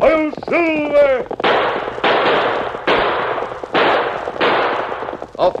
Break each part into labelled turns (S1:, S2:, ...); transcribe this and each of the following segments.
S1: I'll silver!
S2: A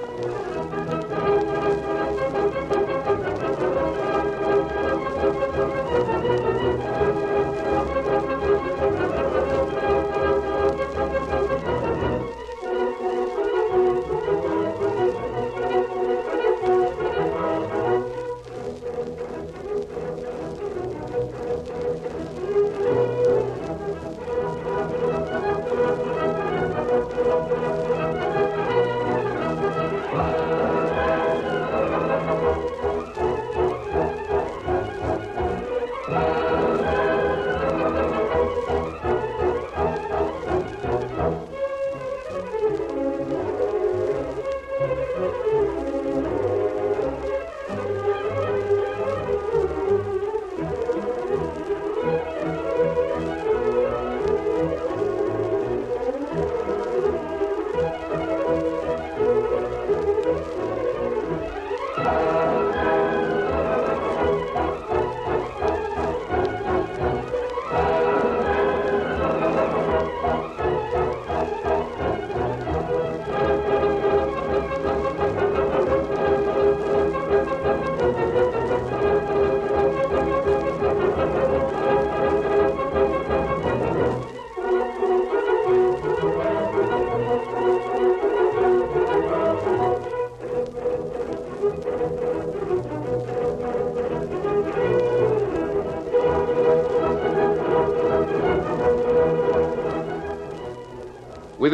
S2: With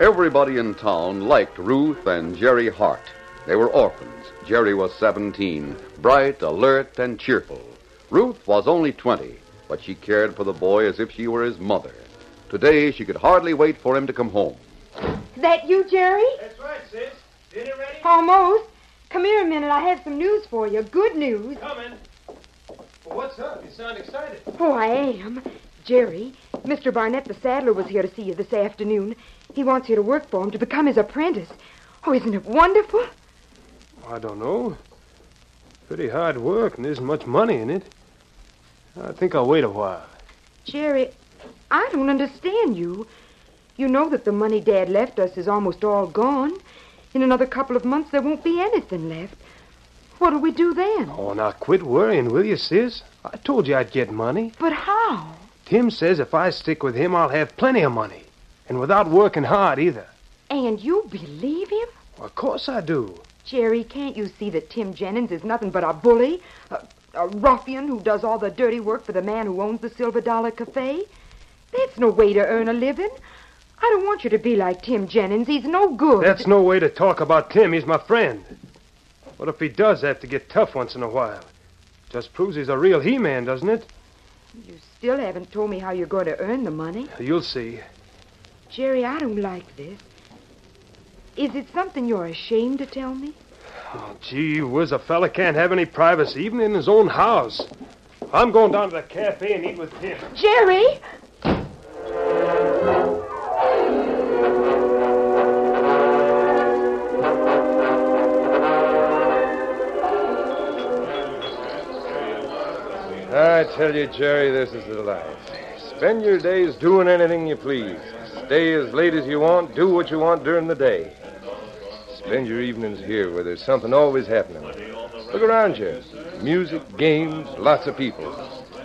S2: Everybody in town liked Ruth and Jerry Hart. They were orphans. Jerry was 17, bright, alert, and cheerful. Ruth was only 20, but she cared for the boy as if she were his mother. Today, she could hardly wait for him to come home.
S3: That you, Jerry?
S4: That's right, sis. Dinner ready?
S3: Almost. Come here a minute. I have some news for you. Good news.
S4: Coming. Well, what's up? You sound excited.
S3: Oh, I am. Jerry, Mr. Barnett the saddler was here to see you this afternoon. He wants you to work for him to become his apprentice. Oh, isn't it wonderful?
S4: I don't know. Pretty hard work, and there's much money in it. I think I'll wait a while.
S3: Jerry, I don't understand you. You know that the money Dad left us is almost all gone. In another couple of months, there won't be anything left. What'll we do then?
S4: Oh, now quit worrying, will you, sis? I told you I'd get money.
S3: But how?
S4: Tim says if I stick with him, I'll have plenty of money. And without working hard either.
S3: And you believe him?
S4: Of course I do.
S3: Jerry, can't you see that Tim Jennings is nothing but a bully? A, a ruffian who does all the dirty work for the man who owns the Silver Dollar Cafe? That's no way to earn a living. I don't want you to be like Tim Jennings. He's no good.
S4: That's no way to talk about Tim. He's my friend. What if he does have to get tough once in a while? Just proves he's a real he man, doesn't it?
S3: You still haven't told me how you're going to earn the money.
S4: You'll see.
S3: Jerry, I don't like this. Is it something you're ashamed to tell me?
S4: Oh, gee whiz, a fella can't have any privacy, even in his own house. I'm going down to the cafe and eat with Tim.
S3: Jerry!
S5: I tell you, Jerry, this is the life. Spend your days doing anything you please. Stay as late as you want, do what you want during the day. Spend your evenings here where there's something always happening. Look around you. Music, games, lots of people.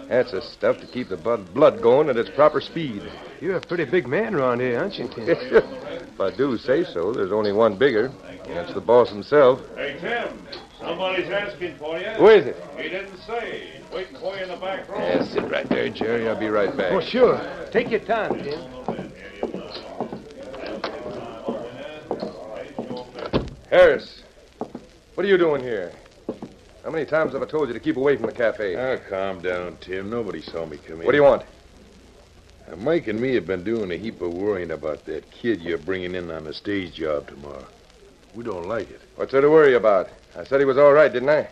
S5: That's the stuff to keep the bud- blood going at its proper speed.
S4: You're a pretty big man around here, aren't you, Tim?
S5: if I do say so, there's only one bigger, and that's the boss himself.
S1: Hey, Tim, somebody's asking for you.
S5: Who is it?
S1: He didn't say. Waiting for you in the back room.
S5: Yeah, sit right there, Jerry. I'll be right back.
S4: Well, sure. Take your time, Tim.
S5: Harris, what are you doing here? How many times have I told you to keep away from the cafe?
S6: Now, Ah, calm down, Tim. Nobody saw me come in.
S5: what do you want?
S6: Now, Mike and me have been doing a heap of worrying about that kid you're bringing in on the stage job tomorrow. We don't like it.
S5: What's there to worry about? I said he was all right, didn't I?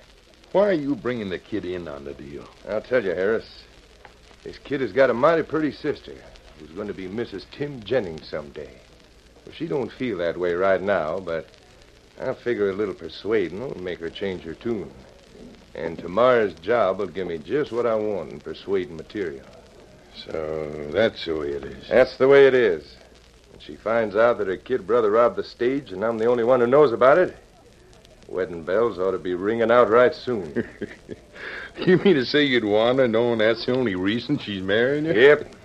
S6: Why are you bringing the kid in on the deal?
S5: I'll tell you, Harris. This kid has got a mighty pretty sister who's going to be Mrs. Tim Jennings someday. Well, she don't feel that way right now, but I figure a little persuading will make her change her tune. And tomorrow's job will give me just what I want in persuading material.
S6: So that's the way it is.
S5: That's the way it is. When she finds out that her kid brother robbed the stage and I'm the only one who knows about it, wedding bells ought to be ringing out right soon.
S6: You mean to say you'd want her knowing that's the only reason she's marrying you?
S5: yep.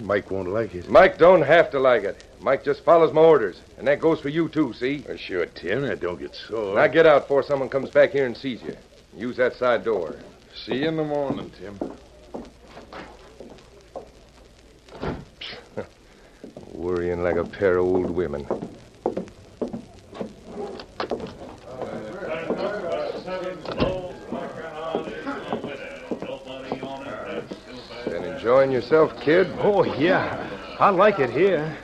S6: Mike won't like it.
S5: Mike don't have to like it. Mike just follows my orders. And that goes for you, too, see?
S6: Well, sure, Tim. Now, don't get sore.
S5: Now get out before someone comes back here and sees you. Use that side door.
S6: See you in the morning, Tim.
S5: Worrying like a pair of old women. Been enjoying yourself, kid?
S4: Oh, yeah. I like it here.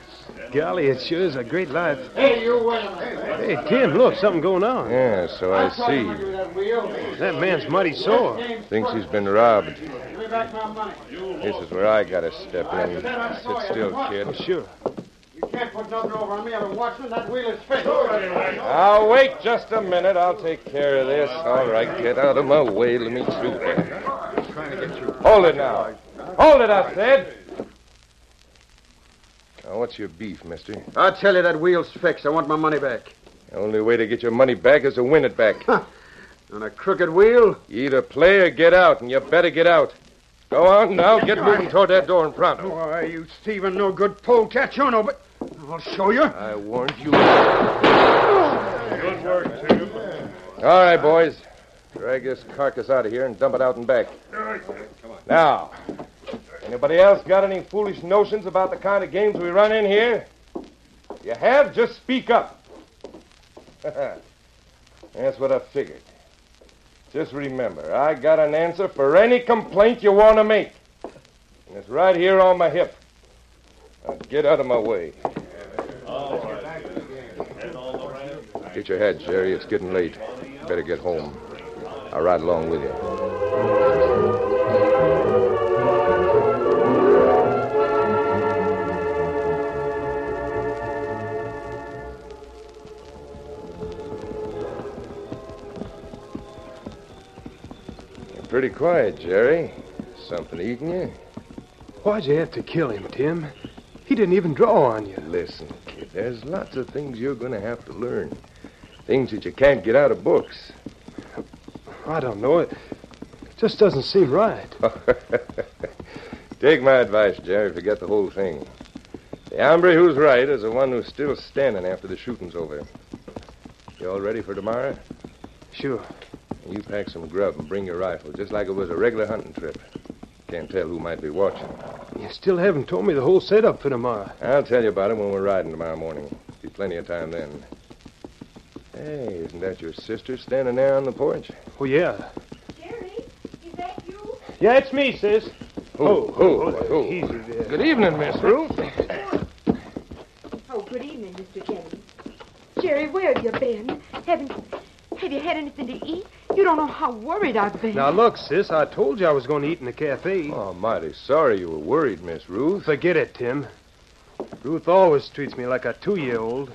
S4: Golly, it sure is a great life.
S7: Hey, you wait a minute.
S4: Hey, Tim, look, something going on.
S5: Yeah, so I
S7: Saw you when you
S5: see.
S7: was at Wheel.
S4: That man's mighty sore.
S5: Thinks he's been robbed.
S7: Give me back my money.
S5: This is where I gotta step in. Sit still,
S4: Oh,
S5: kid.
S4: sure.
S7: You can't put nothing over on me. I've been watching that wheel is fixed.
S5: I'll wait just a minute. I'll take care of this. All right, get out of my way. Let me through there. Hold it now. Hold it, I said. Now, what's your beef, mister?
S7: I tell you, that wheel's fixed. I want my money back.
S5: The only way to get your money back is to win it back.
S7: On a crooked wheel?
S5: You either play or get out, and you better get out. Go on now. Get moving toward that door in pronto.
S7: Why, you thieving no good pole catch, you know, but I'll show you.
S5: I warned you. Good work, Tim. All right, boys. Drag this carcass out of here and dump it out and back. Now, anybody else got any foolish notions about the kind of games we run in here? If you have, just speak up. That's what I figured. Just remember, I got an answer for any complaint you want to make. And it's right here on my hip. Now get out of my way. Get your head, Jerry. It's getting late. Better get home. I'll ride along with you. You're Pretty quiet, Jerry. Something eating you?
S4: Why'd you have to kill him, Tim? He didn't even draw on you.
S5: Listen, kid, there's lots of things you're going to have to learn. Things that you can't get out of books.
S4: I don't know. It just doesn't seem right.
S7: Uh,
S5: Take my advice, Jerry. Forget the whole thing. The hombre who's right is the one who's still standing after the shooting's over. You all ready for tomorrow?
S4: Sure.
S5: You pack some grub and bring your rifle, just like it was a regular hunting trip. Can't tell who might be watching.
S4: You still haven't told me the whole setup for tomorrow.
S5: I'll tell you about it when we're riding tomorrow morning. Be plenty of time then. Hey, isn't that your sister standing there on the porch?
S4: Oh, yeah.
S8: Jerry, is that you?
S4: Yeah, it's me, sis.
S5: Who? Who? Who?
S4: Easy there.
S5: Good evening, Miss Ruth.
S3: Oh, good evening, Mr. Jennings. Jerry, where have you been? Haven't have you had anything to eat? You don't know how worried I've been.
S4: Now, look, sis, I told you I was going to eat in the cafe.
S5: Oh, mighty sorry you were worried, Miss Ruth.
S4: Forget it, Tim. Ruth always treats me like a two year old.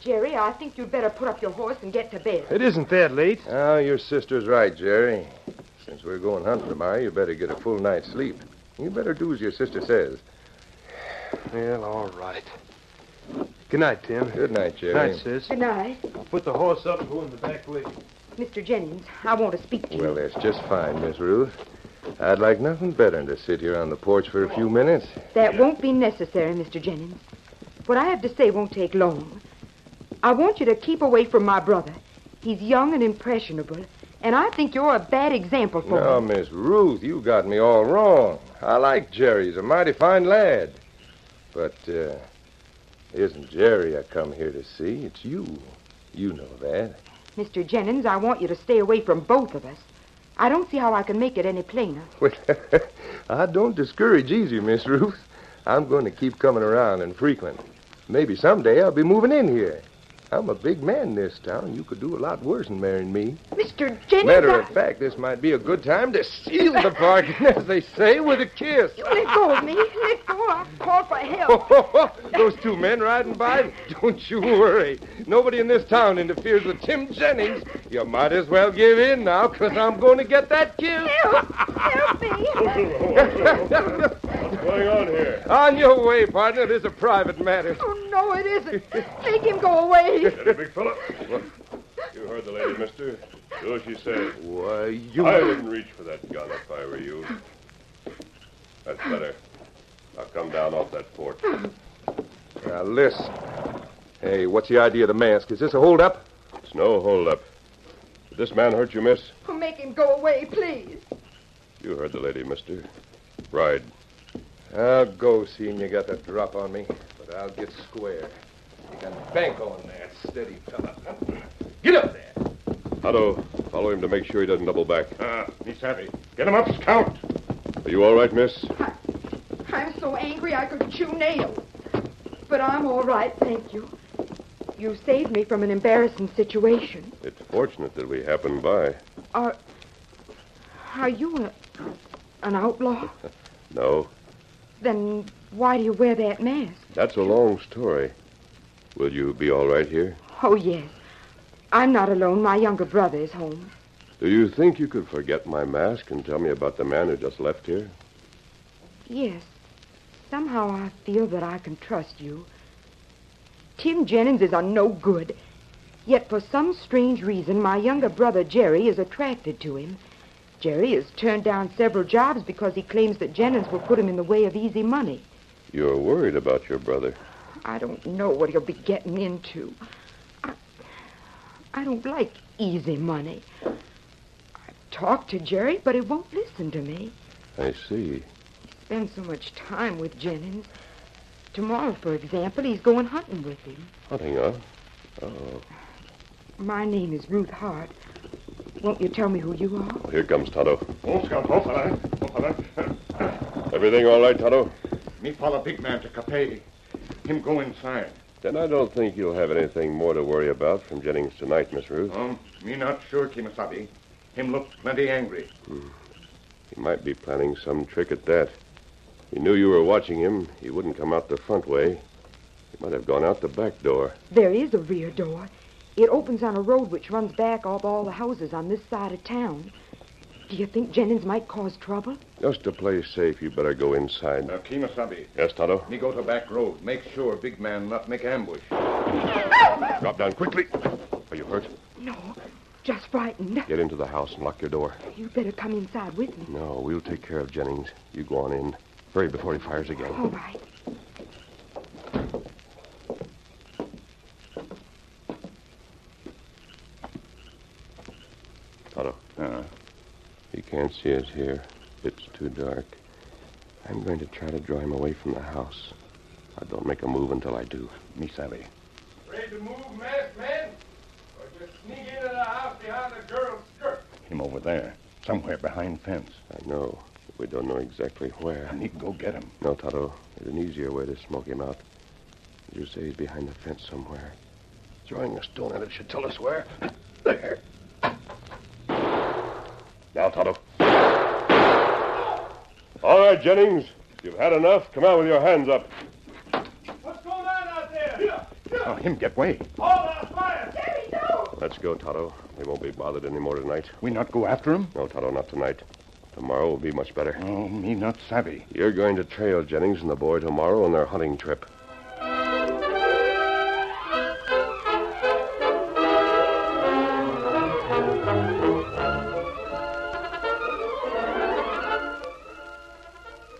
S3: Jerry, I think you'd better put up your horse and get to bed.
S4: It isn't that late.
S9: Ah,
S5: Oh, your sister's right, Jerry. Since we're going hunting tomorrow, you better get a full night's sleep. You better do as your sister says.
S4: Well, all right. Good night, Tim.
S5: Good night, Jerry.
S4: Good night, sis.
S3: Good night.
S4: Put the horse up and go in the back way.
S3: Mr. Jennings, I want to speak to you.
S9: Well, that's just fine, Miss Ruth. I'd like nothing better than to sit here on the porch for a few minutes.
S3: That won't be necessary, Mr. Jennings. What I have to say won't take long. I want you to keep away from my brother. He's young and impressionable, and I think you're a bad example for
S9: No,
S3: him.
S9: Miss Ruth, you got me all wrong. I like Jerry. He's a mighty fine lad. But uh, it isn't Jerry I come here to see. It's you. You know that.
S3: Mr. Jennings, I want you to stay away from both of us. I don't see how I can make it any plainer.
S9: Well, I don't discourage easy, Miss Ruth. I'm going to keep coming around and frequent. Maybe someday I'll be moving in here. I'm a big man in this town. You could do a lot worse than marrying me.
S3: Mr. Jennings,
S9: Matter
S3: I-
S9: of fact, this might be a good time to seal the bargain, as they say, with a kiss.
S3: you let go of me. Let go. I'll call for help.
S9: Oh. Those two men riding by? Don't you worry. Nobody in this town interferes with Tim Jennings. You might as well give in now, because I'm going to get that kiss.
S3: Help. Help me.
S5: What's going on here?
S9: On your way, partner. This is a private matter.
S3: Oh, no, it isn't. Make him go away.
S5: Steady, big fella. You heard the lady, mister. Do as she says.
S9: Why, you...
S5: I wouldn't reach for that gun if I were you. That's better. Now come down off that porch.
S9: Now, listen. Hey, what's the idea of the mask? Is this a holdup?
S5: It's no holdup. Did this man hurt you, miss?
S3: Oh, Make him go away, please.
S5: You heard the lady, mister. Ride.
S9: I'll go, seeing you got the drop on me. But I'll get square. You can bank on that, steady fella. Get up there.
S5: Otto, follow him to make sure he doesn't double back.
S10: Ah, he's happy. Get him up, Scout.
S5: Are you all right, miss?
S3: I'm so angry I could chew nails. But I'm all right, thank you. You saved me from an embarrassing situation.
S5: It's fortunate that we happened by.
S3: Are are you a, an outlaw?
S5: No,
S3: Then why do you wear that mask?
S5: that's a long story. Will you be all right here?
S3: Oh yes, I'm not alone. My younger brother is home.
S5: Do you think you could forget my mask and tell me about the man who just left here?
S3: Yes. Somehow I feel that I can trust you. Tim Jennings is a no good. Yet for some strange reason, my younger brother Jerry is attracted to him. Jerry has turned down several jobs because he claims that Jennings will put him in the way of easy money.
S5: You're worried about your brother.
S3: I don't know what he'll be getting into. I, I don't like easy money. I've talked to Jerry, but he won't listen to me.
S5: I see.
S3: spend so much time with Jennings. Tomorrow, for example, he's going hunting with him.
S5: Hunting, huh? Oh,
S3: My name is Ruth Hart. Won't you tell me who you are?
S5: here comes Toto.
S6: Oh, Scout, oh, fella. Oh, fella.
S5: Everything all right, Toto?
S6: Me follow big man to Capay. Him go inside.
S5: Then I don't think you'll have anything more to worry about from Jennings tonight, Miss Ruth.
S6: Um, me not sure, Kimasabi. Him look plenty angry.
S5: He might be planning some trick at that. He knew you were watching him. He wouldn't come out the front way. He might have gone out the back door.
S3: There is a rear door. It opens on a road which runs back off all the houses on this side of town. Do you think Jennings might cause trouble?
S5: Just to play safe, you better go inside.
S6: Now, Kimasabi,
S5: Yes, Toto?
S6: me go to back road. Make sure big man not make ambush.
S5: Drop down quickly. Are you hurt?
S3: No, just frightened.
S5: Get into the house and lock your door.
S3: You'd better come inside with me.
S5: No, we'll take care of Jennings. You go on in. Hurry before he fires again.
S3: All right.
S5: Toto.
S6: Uh-huh.
S5: He can't see us here. It's too dark. I'm going to try to draw him away from the house. I don't make a move until I do. Me savvy.
S9: Ready to move, masked man? Or just sneak into the house behind the girl's skirt?
S6: Him over there, somewhere behind fence.
S5: I know. but We don't know exactly where.
S6: need go get him.
S5: No, Toto. There's an easier way to smoke him out. As you say, he's behind the fence somewhere.
S11: Throwing a stone at it should tell us where. There.
S5: Now, Toto. All right, Jennings. You've had enough. Come out with your hands up.
S9: What's going on out there?
S6: Oh, him get way.
S9: Hold out fire!
S5: Let's go, Toto. We won't be bothered any more tonight.
S6: We not go after him?
S5: No, Toto, not tonight. Tomorrow will be much better.
S6: Oh, me not savvy.
S5: You're going to trail Jennings and the boy tomorrow on their hunting trip.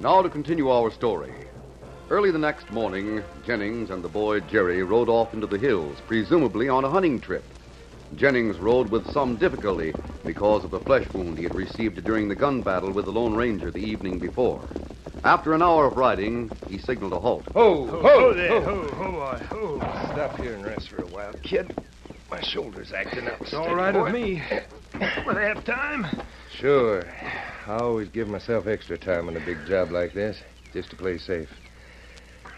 S2: Now to continue our story. Early the next morning, Jennings and the boy Jerry rode off into the hills, presumably on a hunting trip. Jennings rode with some difficulty because of the flesh wound he had received during the gun battle with the Lone Ranger the evening before. After an hour of riding, he signaled a halt.
S5: Ho, ho,
S4: Ho there,
S5: ho.
S4: ho, ho, I, ho.
S5: Oh, Stop here and rest for a while, kid. My shoulder's acting up.
S4: It's all right with me. Will I have time?
S5: Sure. I always give myself extra time on a big job like this, just to play safe.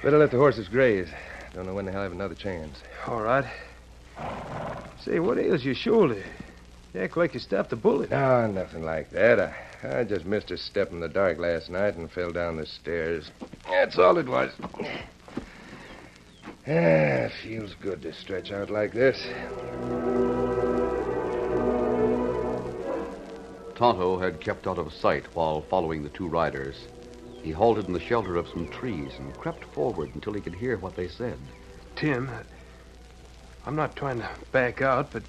S5: Better let the horses graze. Don't know when the hell I have another chance.
S4: All right. Say, what ails your shoulder? You act like you stopped a bullet.
S5: No, nothing like that. I, I just missed a step in the dark last night and fell down the stairs. That's all it was. Ah, it feels good to stretch out like this.
S2: Tonto had kept out of sight while following the two riders. He halted in the shelter of some trees and crept forward until he could hear what they said.
S4: Tim, I'm not trying to back out, but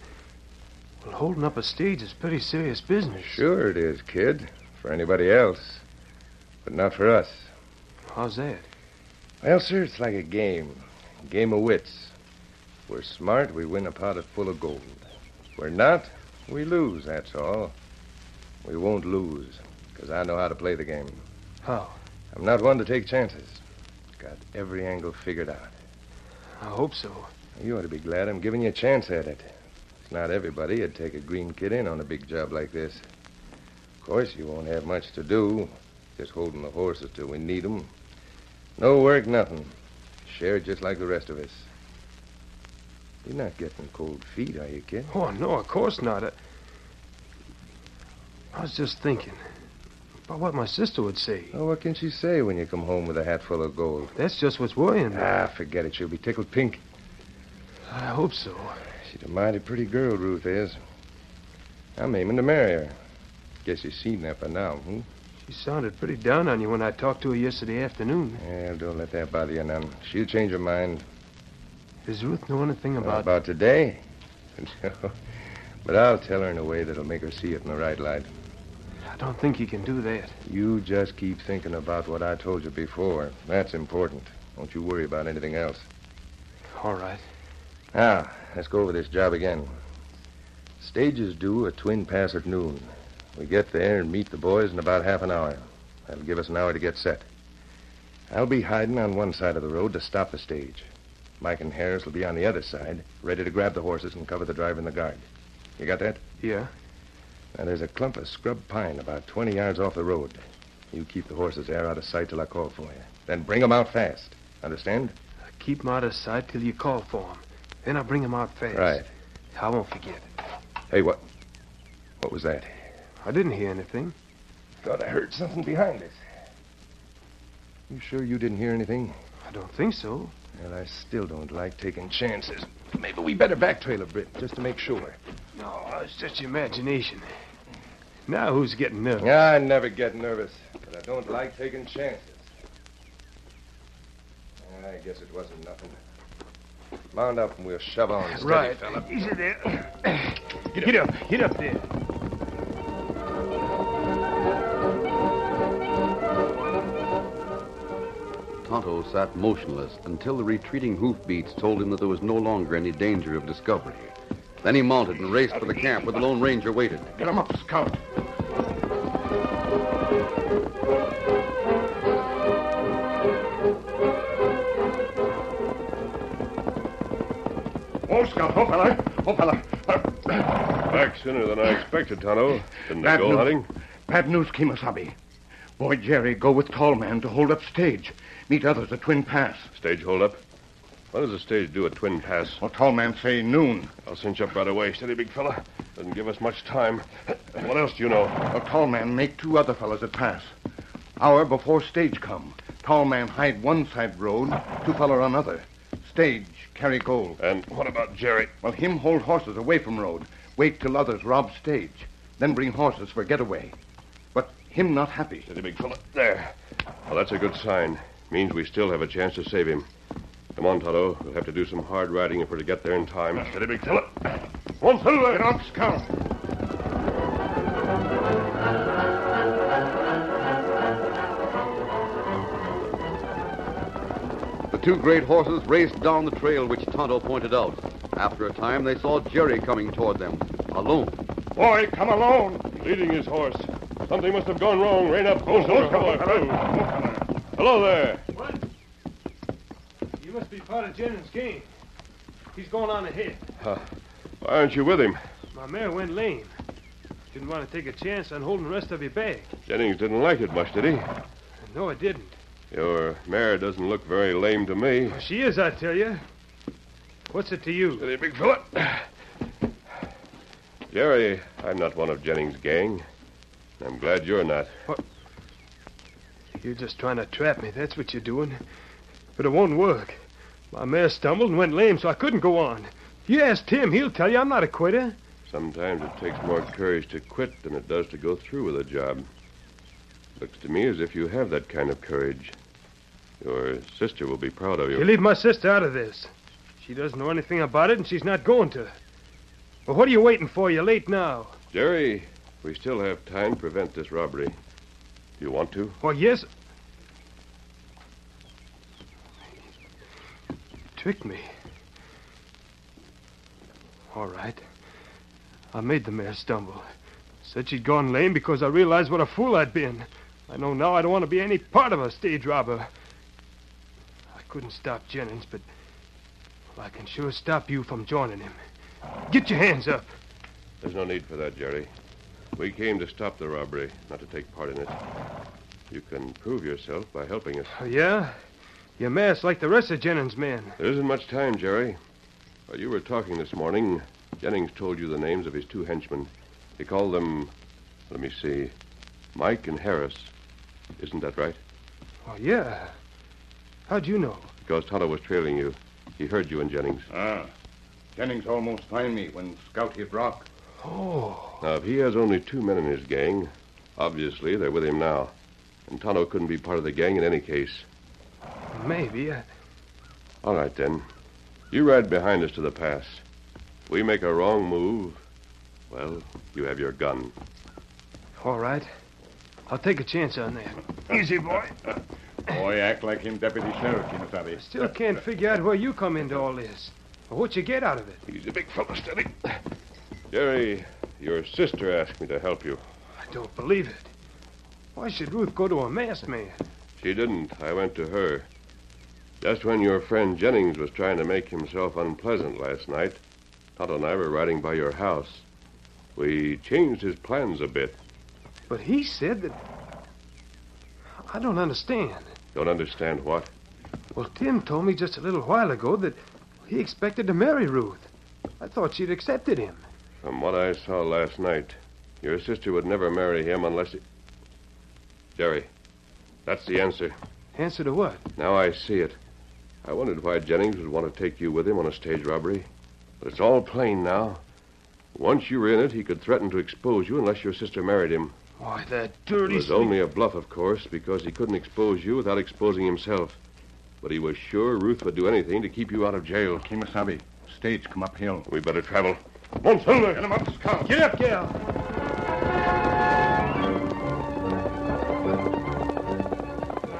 S4: well, holding up a stage is pretty serious business.
S5: Sure it is, kid. For anybody else. But not for us.
S4: How's that?
S5: Well, sir, it's like a game. A game of wits. We're smart, we win a pot full of gold. We're not, we lose, that's all. We won't lose, because I know how to play the game.
S4: How?
S5: I'm not one to take chances. Got every angle figured out.
S4: I hope so.
S5: You ought to be glad I'm giving you a chance at it. It's not everybody would take a green kid in on a big job like this. Of course, you won't have much to do. Just holding the horses till we need 'em. No work, nothing. Share just like the rest of us. You're not getting cold feet, are you, kid?
S4: Oh, no, of course not. I, I was just thinking about what my sister would say.
S5: Oh, what can she say when you come home with a hat full of gold?
S4: That's just what's worrying me.
S5: Ah, forget it. She'll be tickled pink.
S4: I hope so.
S5: She's a mighty pretty girl, Ruth is. I'm aiming to marry her. Guess you've seen that by now, hmm?
S4: She sounded pretty down on you when I talked to her yesterday afternoon.
S5: Well, don't let that bother you none. She'll change her mind
S4: Does Ruth know anything about...
S5: about, about today. but I'll tell her in a way that'll make her see it in the right light. Ah.
S4: I don't think you can do that.
S5: You just keep thinking about what I told you before. That's important. Don't you worry about anything else.
S4: All right.
S5: Now, Ah, let's go over this job again. Stage is due at Twin Pass at noon. We get there and meet the boys in about half an hour. That'll give us an hour to get set. I'll be hiding on one side of the road to stop the stage. Mike and Harris will be on the other side, ready to grab the horses and cover the driver and the guard. You got that?
S4: Yeah.
S5: Now, there's a clump of scrub pine about 20 yards off the road. You keep the horses there out of sight till I call for you. Then bring 'em out fast. Understand?
S4: I keep 'em out of sight till you call for 'em. Then I bring 'em out fast.
S5: Right.
S4: I won't forget.
S5: Hey, what? What was that?
S4: I didn't hear anything.
S5: Thought I heard something behind us. You sure you didn't hear anything?
S4: I don't think so.
S5: Well, I still don't like taking chances. Maybe we better back trail a bit, just to make sure.
S4: No, it's just your imagination. Now who's getting nervous?
S5: I never get nervous, but I don't like taking chances. I guess it wasn't nothing. Mount up and we'll shove on. Steady,
S4: right.
S5: fella.
S4: Easy there. Get up. Get up. Get up there.
S2: Tonto sat motionless until the retreating hoofbeats told him that there was no longer any danger of discovery. Then he mounted and raced for the camp where the Lone Ranger waited.
S7: Get him up, Scout. Oh, Scout, oh, fella. Oh, fella.
S5: Back sooner than I expected, Tonto. Didn't
S7: Bad
S5: they go
S7: news.
S5: hunting?
S7: Bad news, Kemosabe. Boy Jerry go with Tall Man to hold up stage. Meet others at Twin Pass.
S5: Stage holdup. What does the stage do at Twin Pass?
S7: Well, Tall Man say noon.
S5: I'll cinch up right away. Steady, big fella. Doesn't give us much time. What else do you know?
S7: Well, Tall Man make two other fellas at Pass. Hour before stage come. Tall Man hide one side road, two feller on other. Stage carry gold.
S5: And what about Jerry?
S7: Well, him hold horses away from road. Wait till others rob stage. Then bring horses for getaway. But him not happy.
S5: Steady, big fella. There. Well, that's a good sign. Means we still have a chance to save him. Come on, Tonto. We'll have to do some hard riding if we're to get there in time. Steady, big fella. One fella. Get on, scout.
S2: The two great horses raced down the trail which Tonto pointed out. After a time, they saw Jerry coming toward them, alone.
S5: Boy, come alone. Leading his horse. Something must have gone wrong. Rein up. Oh, Hello there.
S4: What? You must be part of Jennings' gang. He's going on ahead.
S5: Why aren't you with him?
S4: My mare went lame. Didn't want to take a chance on holding the rest of your bag.
S5: Jennings didn't like it much, did he?
S4: No, it didn't.
S5: Your mare doesn't look very lame to me.
S4: She is, I tell you. What's it to you?
S5: Steady, big fella. Jerry, I'm not one of Jennings' gang. I'm glad you're not.
S4: You're just trying to trap me. That's what you're doing. But it won't work. My mare stumbled and went lame, so I couldn't go on. You ask Tim, he'll tell you I'm not a quitter.
S5: Sometimes it takes more courage to quit than it does to go through with a job. Looks to me as if you have that kind of courage. Your sister will be proud of
S4: You
S5: you.
S4: leave my sister out of this. She doesn't know anything about it, and she's not going to. Well, what are you waiting for? You're late now.
S5: Jerry, we still have time to prevent this robbery. Do you want to?
S4: Well, yes. Tricked me. All right. I made the mare stumble. Said she'd gone lame because I realized what a fool I'd been. I know now I don't want to be any part of a stage robber. I couldn't stop Jennings, but well, I can sure stop you from joining him. Get your hands up.
S5: There's no need for that, Jerry. We came to stop the robbery, not to take part in it. You can prove yourself by helping us.
S4: Oh, yeah? Your mare's like the rest of Jennings' men.
S5: There isn't much time, Jerry. While you were talking this morning, Jennings told you the names of his two henchmen. He called them, let me see, Mike and Harris. Isn't that right?
S4: Oh, yeah. How'd you know?
S5: Because Tonto was trailing you. He heard you and Jennings.
S7: Ah. Jennings almost find me when Scout hit rock.
S4: Oh.
S5: Now, if he has only two men in his gang, obviously they're with him now. And Tonto couldn't be part of the gang in any case.
S4: Maybe. Uh, I-
S5: All right, then. You ride behind us to the pass. We make a wrong move. Well, you have your gun.
S4: All right. I'll take a chance on that.
S7: Easy, boy. boy, act like him deputy sheriff, Kemosabe.
S4: Still can't figure out where you come into all this. Or what you get out of it.
S5: He's a big fellow, steady. Jerry, your sister asked me to help you.
S4: I don't believe it. Why should Ruth go to a masked man?
S5: She didn't. I went to her. Just when your friend Jennings was trying to make himself unpleasant last night, Tonto and I were riding by your house. We changed his plans a bit.
S4: But he said that. I don't understand.
S5: Don't understand what?
S4: Well, Tim told me just a little while ago that he expected to marry Ruth. I thought she'd accepted him.
S5: From what I saw last night, your sister would never marry him unless he... Jerry, that's the answer.
S4: Answer to what?
S5: Now I see it. I wondered why Jennings would want to take you with him on a stage robbery. But it's all plain now. Once you were in it, he could threaten to expose you unless your sister married him.
S4: Why, that
S5: It
S4: dirty.
S5: was
S4: sneak-
S5: only a bluff, of course, because he couldn't expose you without exposing himself. But he was sure Ruth would do anything to keep you out of jail.
S7: Kemosabe, stage come uphill.
S5: We better travel. Monsilver! Get him up, Scout!
S4: Get up, gal!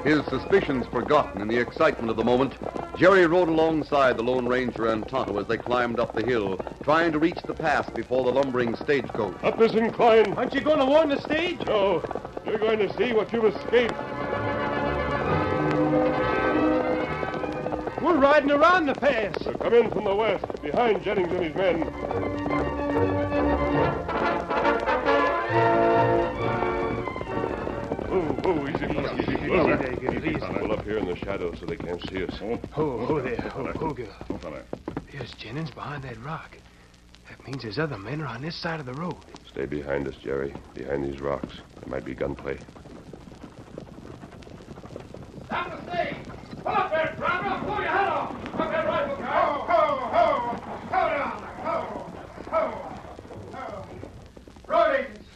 S2: His suspicions forgotten in the excitement of the moment, Jerry rode alongside the Lone Ranger and Tonto as they climbed up the hill, trying to reach the pass before the lumbering stagecoach.
S4: Up this incline. Aren't you going to warn the stage? No. You're going to see what you've escaped. We're riding around the pass. They'll come in from the west, behind Jennings and his men.
S5: Oh, oh, easy, fella. Easy,
S4: Easy, Dave, please.
S5: Pull up here in the shadows so they can't see us. Oh,
S4: Ho, ho there, ho, ho, girl.
S5: fella.
S4: Here's Jennings behind that rock. That means his other men are on this side of the road.
S5: Stay behind us, Jerry. Behind these rocks. There might be gunplay.
S8: Stop the stage! Pull up there, driver! Pull your head off! Put that rifle car! Ho, ho, ho! Ho down! Ho, ho, ho! Road agents!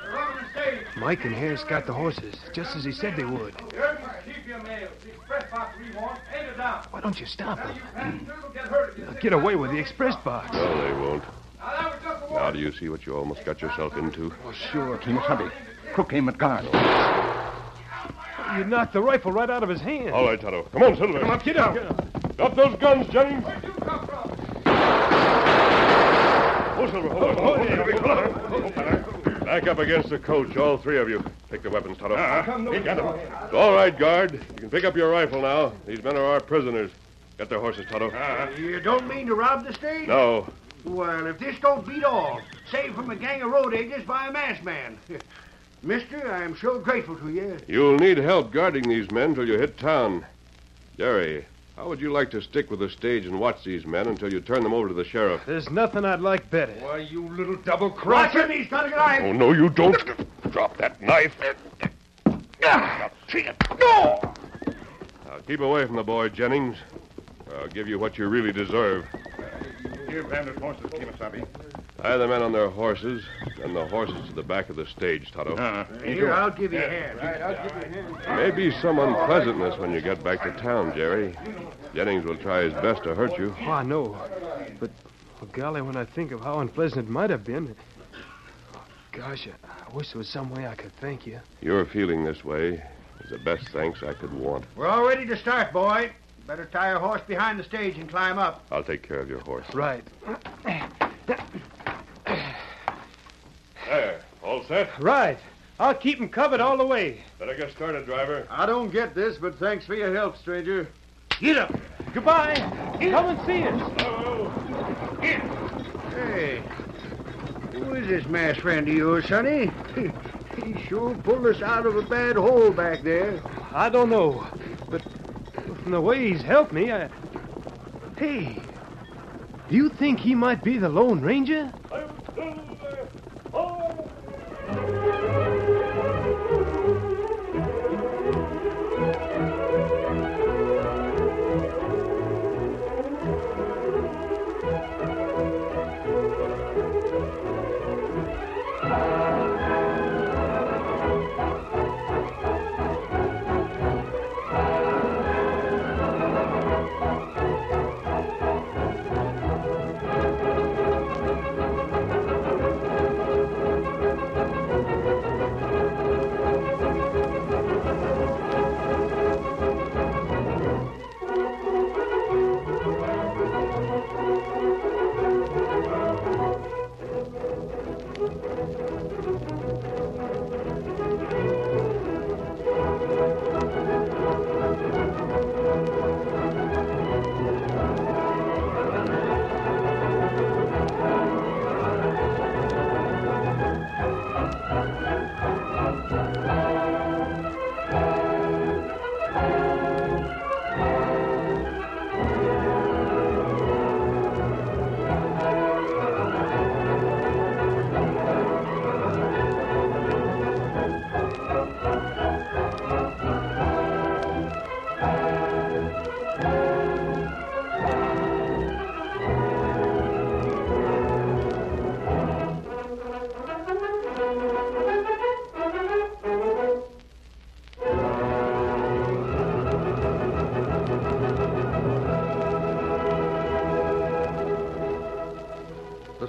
S8: They're on the stage!
S4: Mike and Harris got the horses, just as he said they would.
S8: The urgent keep your mail. The express box we want, ain't it down.
S4: Why don't you stop
S8: Now you
S4: them?
S8: passengers will get hurt if you
S4: They'll
S8: stick
S4: get away
S8: around.
S4: with the express box.
S5: No, they won't.
S8: Now that was just a
S5: Now,
S8: warning.
S5: do you see what you almost got yourself into?
S4: Oh,
S7: Sure, Kimasabi. Crook aim at guard.
S4: You knocked the rifle right out of his hand.
S5: All right, Toto. Come on, Silver. Come on,
S4: Get out.
S5: Drop those guns, Jennings.
S8: Where'd you come from?
S5: Oh, Silver, hold on. Hold on. Back up against the coach, all three of you. Take the weapons, Toto.
S4: Oh,
S5: All right, guard. You can pick up your rifle now. These men are our prisoners. Get their horses, Toto.
S4: Uh-huh.
S12: You don't mean to rob the stage?
S5: No.
S12: Well, if this don't beat all, saved from a gang of road agents by a masked man. Mister, I'm so grateful to you.
S5: You'll need help guarding these men till you hit town. Jerry, how would you like to stick with the stage and watch these men until you turn them over to the sheriff?
S4: There's nothing I'd like better.
S12: Why, you little double crosser. Watch him, he's got a good eye.
S5: Oh, no, you don't. Drop that knife. Now, keep away from the boy, Jennings. I'll give you what you really deserve.
S7: Here, bandit horses, Kimasabi.
S5: Tie the men on their horses, and the horses to the back of the stage, Toto.
S7: Uh-huh.
S12: Here, I'll give you a hand.
S5: Maybe some unpleasantness when you get back to town, Jerry. Jennings will try his best to hurt you.
S4: Oh, I know. But, well, golly, when I think of how unpleasant it might have been. Gosh, I, I wish there was some way I could thank you.
S5: Your feeling this way is the best thanks I could want.
S12: We're all ready to start, boy. Better tie your horse behind the stage and climb up.
S5: I'll take care of your horse.
S4: Right.
S5: There. All set?
S4: Right. I'll keep him covered all the way.
S5: Better get started, driver.
S12: I don't get this, but thanks for your help, stranger.
S4: Get up. Goodbye. Come and see us.
S12: Hey, who is this masked friend of yours, sonny? he sure pulled us out of a bad hole back there.
S4: I don't know, but from the way he's helped me, I. Hey, do you think he might be the Lone Ranger?
S2: The